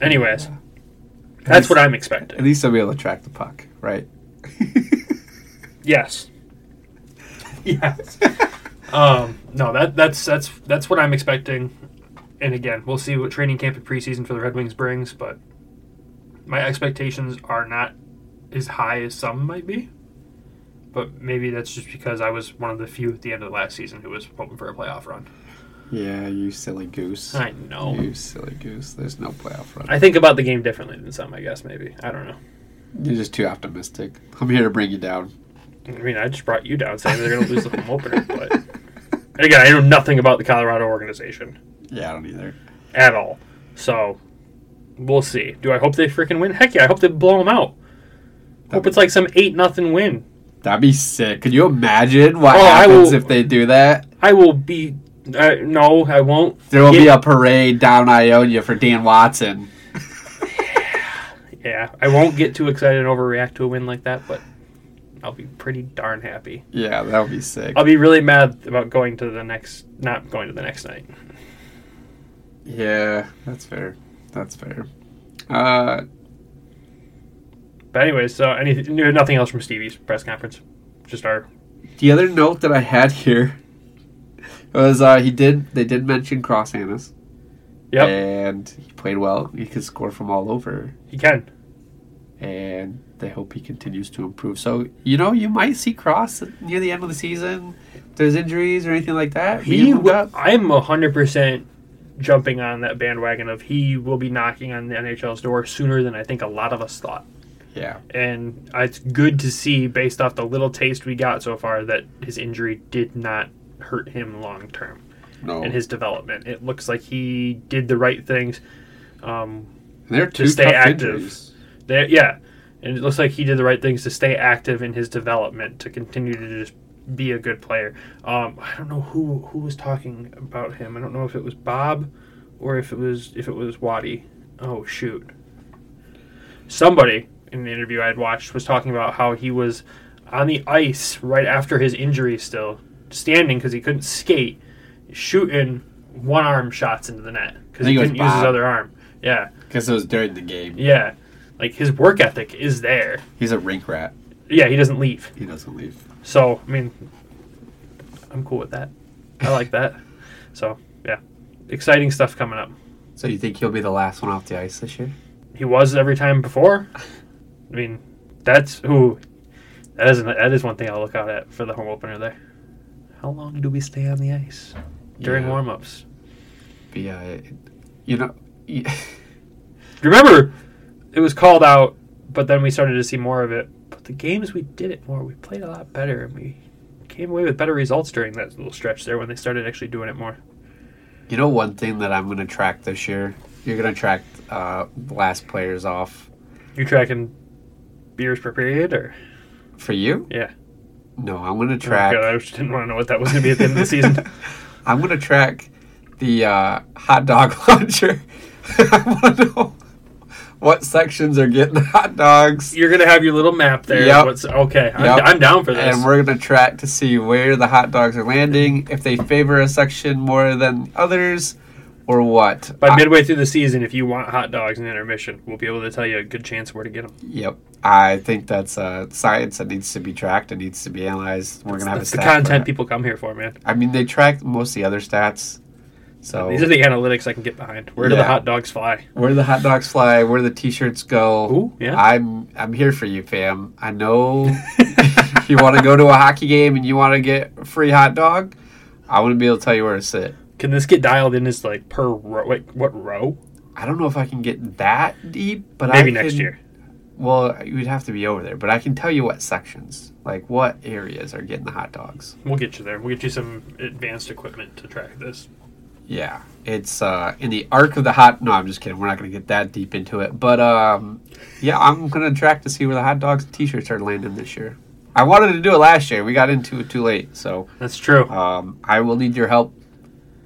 S2: Anyways, that's what I'm
S3: At
S2: expecting.
S3: least they'll be able to track the puck, right?
S2: Yes. Yes. um, no, that that's that's that's what I'm expecting. And again, we'll see what training camp and preseason for the Red Wings brings, but my expectations are not as high as some might be. But maybe that's just because I was one of the few at the end of last season who was hoping for a playoff run.
S3: Yeah, you silly goose.
S2: I know.
S3: You silly goose. There's no playoff run.
S2: I think about the game differently than some, I guess, maybe. I don't know.
S3: You're just too optimistic. I'm here to bring you down.
S2: I mean, I just brought you down saying they're going to lose the home opener. But and again, I know nothing about the Colorado organization
S3: Yeah, I don't either.
S2: at all. So we'll see. Do I hope they freaking win? Heck yeah, I hope they blow them out. hope
S3: be-
S2: it's like some 8 nothing win.
S3: That'd be sick. Could you imagine what
S2: Oh, I
S3: happens
S2: will-
S3: if they do that?
S2: I will be. I no, I won't.
S3: There will be
S2: Yeah.
S3: a parade down Ionia for Dan Watson.
S2: Yeah, I won't get too excited and overreact to a win like that, but I'll be pretty darn happy.
S3: Yeah, that would be sick.
S2: I'll be really mad about going to the next, not going to the next night.
S3: Yeah, that's fair. That's fair. Uh,
S2: But anyways, so any nothing else from Stevie's press conference, just our
S3: the other note that I had here was uh, he did they did mention Cross Annis.
S2: yep.
S3: And he played well. He could score from all over,
S2: He can.
S3: and they hope he continues to improve. So you know you might see Cross near the end of the season. If there's injuries or anything like that. beat
S2: He.
S3: him
S2: Will,
S3: up.
S2: I'm hundred percent jumping on that bandwagon of he will be knocking on the NHL's door sooner than I think a lot of us thought.
S3: Yeah.
S2: and it's good to see based off the little taste we got so far that his injury did not hurt him long term
S3: No.
S2: in his development. It looks like he did the right things. Um,
S3: they're two
S2: stay
S3: tough
S2: active.
S3: injuries.
S2: there, yeah, and it looks like he did the right things to stay active in his development to continue to just be a good player. Um, I don't know who who was talking about him. I don't know if it was Bob or if it was if it was Waddy. Oh shoot! Somebody in the interview I had watched was talking about how he was on the ice right after his injury, still standing because he couldn't skate, shooting one arm shots into the net because he
S3: think it was
S2: couldn't use his
S3: Bob.
S2: other arm. Yeah.
S3: Because it was during the game.
S2: Yeah. Like his work ethic is there.
S3: He's a rink rat.
S2: Yeah, he doesn't leave.
S3: He doesn't leave.
S2: So, I mean, I'm cool with that. I like that. So, yeah. Exciting stuff coming up.
S3: So you think he'll be the last one off the ice this year?
S2: He was every time before. I mean, that's who. That is, that is one thing I'll look out at for the home opener there. How long do we stay on the ice during
S3: Yeah.
S2: warm ups?
S3: Be uh, it- you know, y-
S2: Remember, it was called out, but then we started to see more of it. But the games we did it more, we played a lot better, and we came away with better results during that little stretch there when they started actually doing it more.
S3: you know one thing that I'm gonna track this year. You're gonna track uh, last players off
S2: You tracking beers per period, or
S3: for you.
S2: yeah?
S3: No, I'm gonna
S2: Oh,
S3: track.
S2: God, I just didn't want to know what that was going to be at the end of the season.
S3: I'm gonna track the uh, hot dog launcher. I want to know what sections are getting hot dogs,
S2: You're going to have your little map there.
S3: Yep.
S2: What's okay?
S3: Yep.
S2: I'm, I'm down for this.
S3: and we're gonna track to see where the hot dogs are landing, if they favor a section more than others, or what.
S2: By
S3: I-
S2: midway through the season, if you want hot dogs in intermission, we'll be able to tell you a good chance where to get them.
S3: Yep. I think that's uh, science that needs to be tracked. It needs to be analyzed. We're going to have
S2: That's
S3: a
S2: the
S3: stat for
S2: content
S3: that.
S2: people come here for, man.
S3: I mean, they track most of the other stats. So
S2: These are the analytics I can get behind. Where do the
S3: Yeah.
S2: hot dogs fly?
S3: where the hot dogs fly, where the t-shirts go.
S2: Ooh, yeah.
S3: I'm I'm here for you, fam. I know you want to go to a hockey game and you want to get a free hot dog. I want to be able to tell you where to sit.
S2: Can this get dialed in as like per row? Wait, what row?
S3: I don't know if I can get that deep, but I
S2: Maybe next
S3: can-
S2: year.
S3: Well, you'd have to be over there, but I can tell you what sections, like what areas are getting the hot dogs.
S2: We'll get you there. We'll get you some advanced equipment to track this.
S3: Yeah, it's uh, in the arc of the hot. No, I'm just kidding. We're not going to get that deep into it. But um, yeah, I'm going to track to see where the hot dogs and t-shirts are landing this year. I wanted to do it last year. We got into it too late, so
S2: That's true.
S3: um, I will need your help,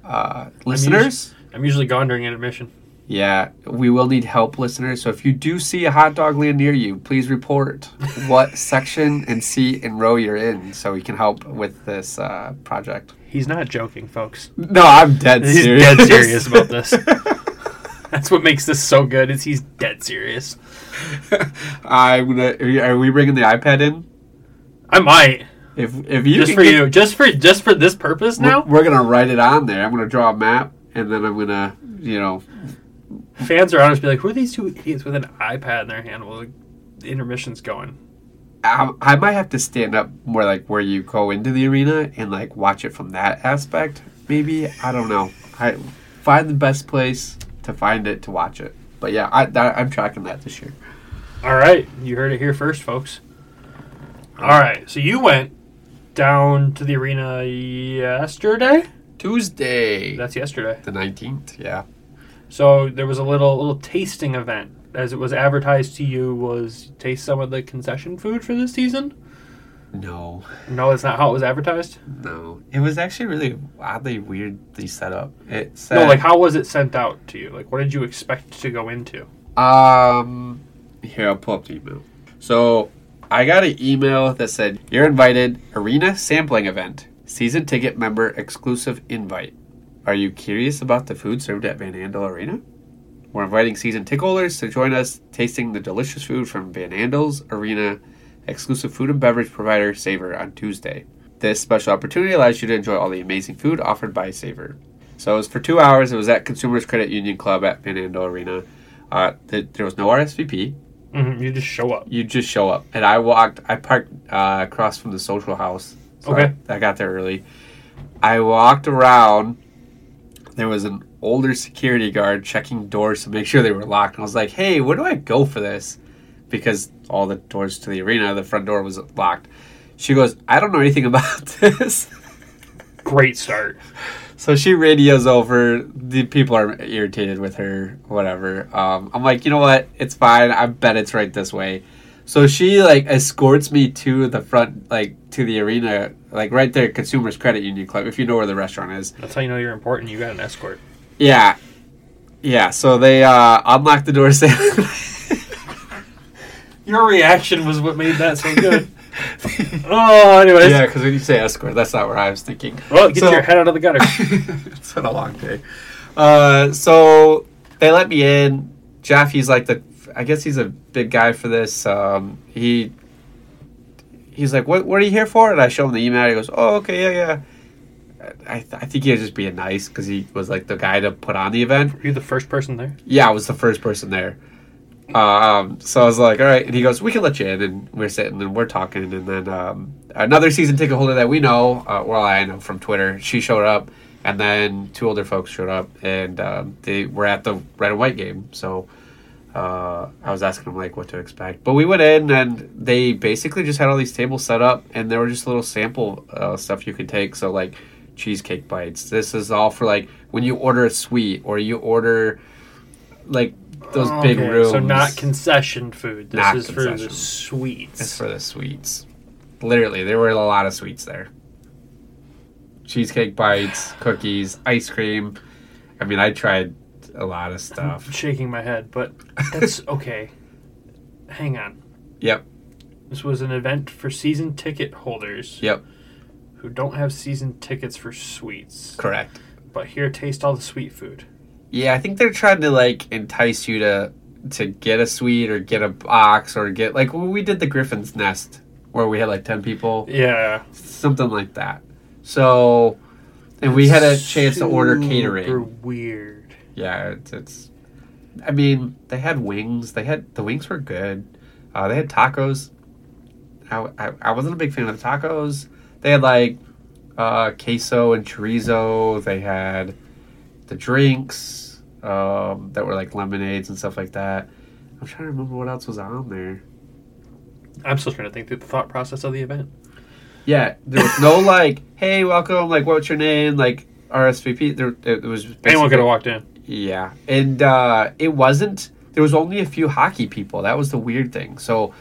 S3: uh, listeners.
S2: I'm usually gone during intermission.
S3: Yeah, we will need help, listeners. So if you do see a hot dog land near you, please report what section and seat and row you're in, so we can help with this uh, project.
S2: He's not joking, folks.
S3: No, I'm dead
S2: He's
S3: serious.
S2: dead serious about this. That's what makes this so good. Is he's dead serious?
S3: I'm gonna. Are you- uh, are we bringing the iPad in?
S2: I might
S3: If if you
S2: just
S3: can
S2: for
S3: get-
S2: you, just for just for this purpose
S3: we're,
S2: now.
S3: we're gonna write it on there. I'm gonna draw a map, and then I'm gonna you know
S2: Fans are honest, be like, who are these two idiots with an iPad in their hand while the intermission's going?
S3: I, I might have to stand up more like where you go into the arena and like watch it from that aspect. Maybe I don't know. I find the best place to find it to watch it. But yeah, I that, I'm tracking that this year.
S2: All right, you heard it here first, folks. All right, so you went down to the arena yesterday.
S3: Tuesday,
S2: That's yesterday.
S3: the nineteenth. Yeah,
S2: So there was a little little tasting event, as it was advertised to you. Was taste some of the concession food for this season?
S3: no,
S2: No, that's not how it was advertised.
S3: no. It was actually really oddly weirdly set up. It said
S2: No, like how was it sent out to you? Like what did you expect to go into?
S3: Um, here I'll pull up the email. So I got an email that said you're invited arena sampling event season ticket member exclusive invite. Are you curious about the food served at Van Andel Arena? We're inviting season ticket holders to join us tasting the delicious food from Van Andel's Arena exclusive food and beverage provider Savor on Tuesday. This special opportunity allows you to enjoy all the amazing food offered by Savor. So it was for two hours. It was at Consumers Credit Union Club at Van Andel Arena. Uh, th- there was no RSVP.
S2: hmm you just show up.
S3: You just show up. And I walked. I parked uh, across from the social house. So
S2: Okay.
S3: I, I got there early. I walked around. There was an older security guard checking doors to make sure they were locked. And I was like, "Hey, where do I go for this?" Because all the doors to the arena, the front door was locked. She goes, "I don't know anything about this."
S2: Great start.
S3: So she radios over. The people are irritated with her, whatever. Um, I'm like, you know what? It's fine. I bet it's right this way. So she like escorts me to the front, like to the arena, like right there, at Consumers Credit Union Club. If you know where the restaurant is,
S2: That's how you know you're important. You got an escort.
S3: yeah, yeah. So they uh, unlock the doors.
S2: Your reaction was what made that so good. oh, anyways.
S3: yeah, because when you say escort, that's not where I was thinking.
S2: Well, get
S3: So-
S2: your head out of the gutter.
S3: it's been a long day. Uh, so they let me in. Jaffe's like the, I guess he's a big guy for this. Um, he, he's like, what, what are you here for? And I show him the email. He goes, oh, okay, yeah, yeah. I, I think he was just being nice because he was like the guy to put on the event.
S2: Were you the first person there?
S3: Yeah, I was the first person there. Um, so I was like, all right. And he goes, we can let you in. And we're sitting and we're talking. And then um, another season ticket holder that we know, uh, well, I know from Twitter, she showed up. And then two older folks showed up. And um, they were at the red and white game. So uh, I was asking them, like, what to expect. But we went in and they basically just had all these tables set up. And there were just little sample uh, stuff you could take. So, like, cheesecake bites. This is all for, like, when you order a sweet or you order like those big
S2: Oh, Okay,
S3: rooms.
S2: So not concession food. This
S3: Not
S2: is for
S3: concession.
S2: the sweets.
S3: it's for the sweets. Literally, there were a lot of sweets there. Cheesecake bites, cookies, ice cream. I mean, I tried a lot of
S2: I'm
S3: stuff.
S2: shaking my head, but that's okay. Hang on.
S3: Yep,
S2: This was an event for season ticket holders
S3: yep,
S2: who don't have season tickets for sweets,
S3: correct.
S2: but here taste all the sweet food.
S3: Yeah, I think they're trying to like entice you to to get a sweet or get a box or get like when we did the Griffin's Nest where we had like ten people,
S2: Yeah.
S3: something like that. So, and we had a chance to order
S2: Super
S3: catering.
S2: Weird.
S3: Yeah, it's, it's. I mean, they had wings. They had the wings were good. Uh, they had tacos. I, I, I wasn't a big fan of the tacos. They had like uh, queso and chorizo. They had the drinks um, that were like lemonades and stuff like that. I'm trying to remember what else was on there.
S2: I'm still trying to think through the thought process of the event.
S3: Yeah, there was no like, hey, welcome. Like, what's your name? Like RSVP. There, it, it was.
S2: Anyone
S3: basically-
S2: could have walked in.
S3: Yeah, and uh, it wasn't. There was only a few hockey people. That was the weird thing. So,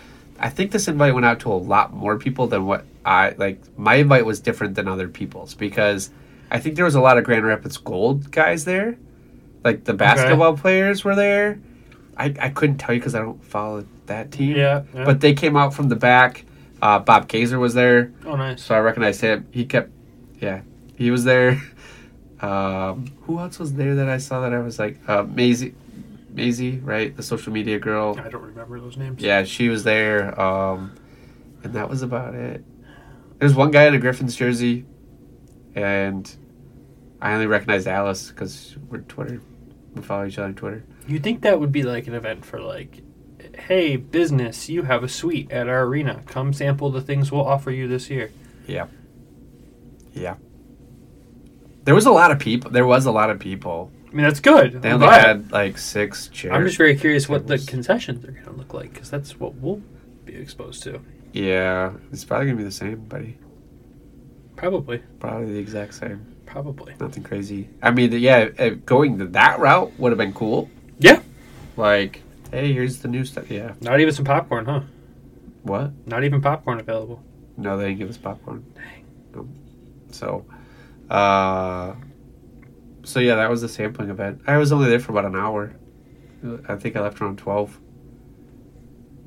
S3: I think this invite went out to a lot more people than what I like. My invite was different than other people's because I think there was a lot of Grand Rapids Gold guys there. Like the basketball players were there. I, I couldn't tell you because I don't follow that team.
S2: Yeah, yeah.
S3: But they came out from the back. Uh, Bob Kaiser was there
S2: Oh, nice.
S3: so I recognized him. He kept, yeah, he was there. Um, who else was there that I saw that I was like, uh, Maisie, Maisie, right? The social media girl.
S2: I don't remember those names.
S3: Yeah, she was there. Um, and that was about it. There's one guy in a Griffins jersey, and I only recognized Alice because we're Twitter We follow each other on Twitter.
S2: You'd think that would be like an event for like, hey, business, you have a suite at our arena. Come sample the things we'll offer you this year.
S3: Yeah. Yeah. There was a lot of people. There was a lot of people.
S2: I mean, that's good.
S3: They
S2: I'm,
S3: only
S2: glad.
S3: had like six chairs.
S2: I'm just very curious what the
S3: Tables.
S2: concessions are going to look like because that's what we'll be exposed to.
S3: yeah, it's probably gonna be the same, buddy.
S2: Probably.
S3: Probably the exact same.
S2: Probably.
S3: Nothing crazy. I mean, yeah, eh, going to that route would have been cool.
S2: Yeah.
S3: Like, hey, here's the new stuff. Yeah.
S2: Not even some popcorn, huh?
S3: What?
S2: Not even popcorn available.
S3: No, they didn't give us popcorn. Nope. So, uh, so yeah, that was the sampling event. I was only there for about an hour. I think I left around twelve.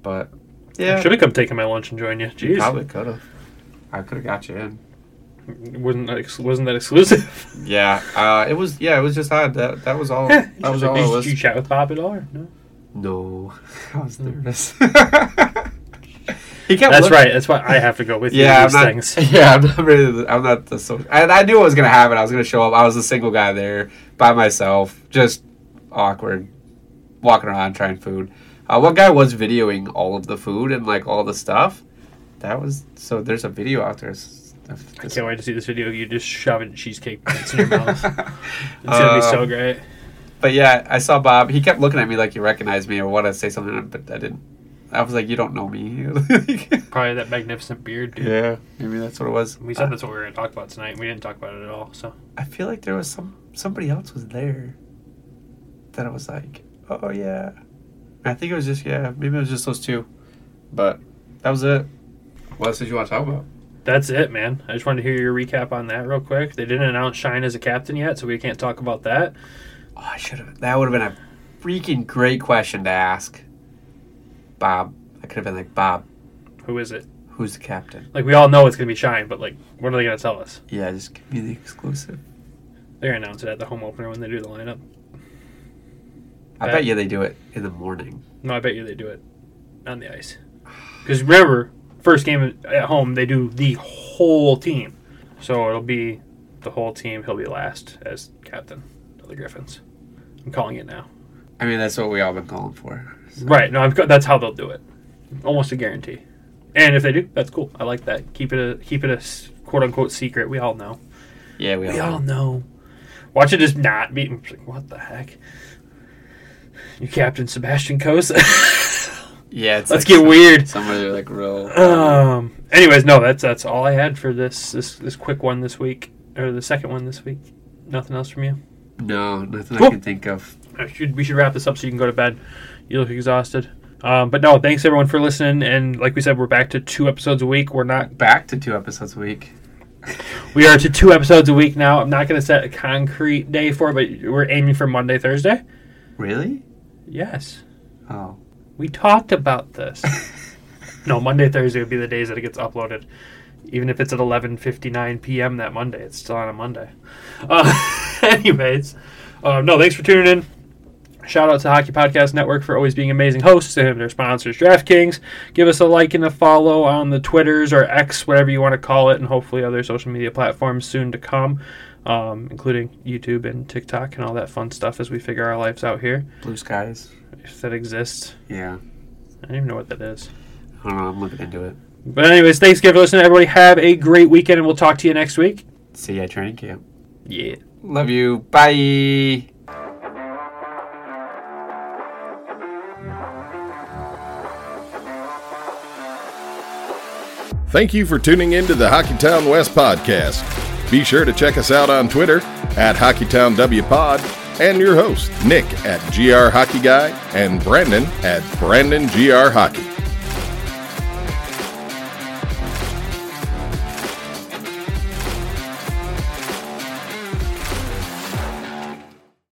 S3: But yeah,
S2: I should have come taken my lunch and join you.
S3: you
S2: Jeez.
S3: probably could have. I could have got you in.
S2: Wasn't that, ex- wasn't that exclusive?
S3: Yeah, uh, it was. Yeah, it was just odd. That that was all.
S2: Yeah,
S3: that was all
S2: did,
S3: it
S2: you- did you
S3: was.
S2: chat with Bob at all? Or no?
S3: No, I was
S2: Mm.
S3: nervous. he kept
S2: That's
S3: look-
S2: right. That's why I have to go with you
S3: Yeah,
S2: to
S3: I'm
S2: these
S3: not.
S2: things.
S3: Yeah, I'm not really. the- I'm not the. So, I, I knew what was gonna happen. I was gonna show up. I was the single guy there by myself, just awkward, walking around trying food. Uh, one guy was videoing all of the food and like all the stuff. That was so. There's a video out there. It's-
S2: I can't wait to see this video of you just shoving cheesecake bites in your mouth. It's gonna be so
S3: Um,
S2: great.
S3: But yeah, I saw Bob. He kept looking at me like he recognized me or wanted to say something, but I didn't. I was like, "You don't know me."
S2: Probably that magnificent beard, dude.
S3: yeah, maybe that's what it was.
S2: We said that's what we were gonna talk about tonight. and We didn't talk about it at all. So
S3: I feel like there was some somebody else was there that I was like, oh yeah. I think it was just yeah, maybe it was just those two, but that was it. What else did you want to talk about?
S2: that's it, man. I just wanted to hear your recap on that real quick. They didn't announce Shine as a captain yet, so we can't talk about that.
S3: Oh, I should have. That would have been a freaking great question to ask, Bob. I could have been like, Bob,
S2: Who is it?
S3: who's the captain?
S2: Like we all know it's gonna be Shine, but like, what are they gonna tell us?
S3: Yeah, just give me the exclusive.
S2: They're gonna announce it at the home opener when they do the lineup.
S3: I
S2: Yeah.
S3: bet you they do it in the morning.
S2: No, I bet you they do it on the ice. Because remember, first game at home, they do the whole team. So it'll be the whole team. He'll be last as captain of the Griffins. I'm calling it now.
S3: I mean, that's what we all been calling for.
S2: Right. No, I've got, that's how they'll do it. Almost a guarantee. And if they do, that's cool. I like that. Keep it a keep it a quote unquote secret. We all know.
S3: Yeah, we all.
S2: We all know. Watch it just not be. I'm just like, what the heck? You captain Sebastian Cosa.
S3: Yeah, it's
S2: Let's
S3: like
S2: get weird.
S3: Somebody like real.
S2: Um. Anyways, no, that's that's all I had for this this this quick one this week or the second one this week. Nothing else from you.
S3: No, nothing
S2: Cool.
S3: I can think of.
S2: I should we should wrap this up so you can go to bed. You look exhausted. Um, but no, thanks everyone for listening. And like we said, we're back to two episodes a week. We're not
S3: Back to two episodes a week.
S2: we are to two episodes a week now. I'm not going to set a concrete day for it, but we're aiming for Monday Thursday.
S3: Really?
S2: Yes,
S3: Oh.
S2: we talked about this. no, Monday Thursday would be the days that it gets uploaded. Even if it's at 11:59 p.m. that Monday, it's still on a Monday. Uh, anyways, um, no, thanks for tuning in. Shout out to Hockey Podcast Network for always being amazing hosts and their sponsors, DraftKings. Give us a like and a follow on the Twitters or X, whatever you want to call it, and hopefully other social media platforms soon to come, um, including YouTube and TikTok and all that fun stuff as we figure our lives out here,
S3: Blue skies.
S2: if that exists.
S3: Yeah.
S2: I don't even know what that is.
S3: I don't know. I'm looking into it.
S2: But anyways, thanks again for listening. Everybody have a great weekend, and we'll talk to you next week.
S3: See you at training camp.
S2: Yeah.
S3: Love you. Bye.
S1: Thank you for tuning in to the Hockeytown West podcast. Be sure to check us out on Twitter at HockeytownWPod and your hosts, Nick at GR Hockey Guy and Brandon at Brandon GR Hockey.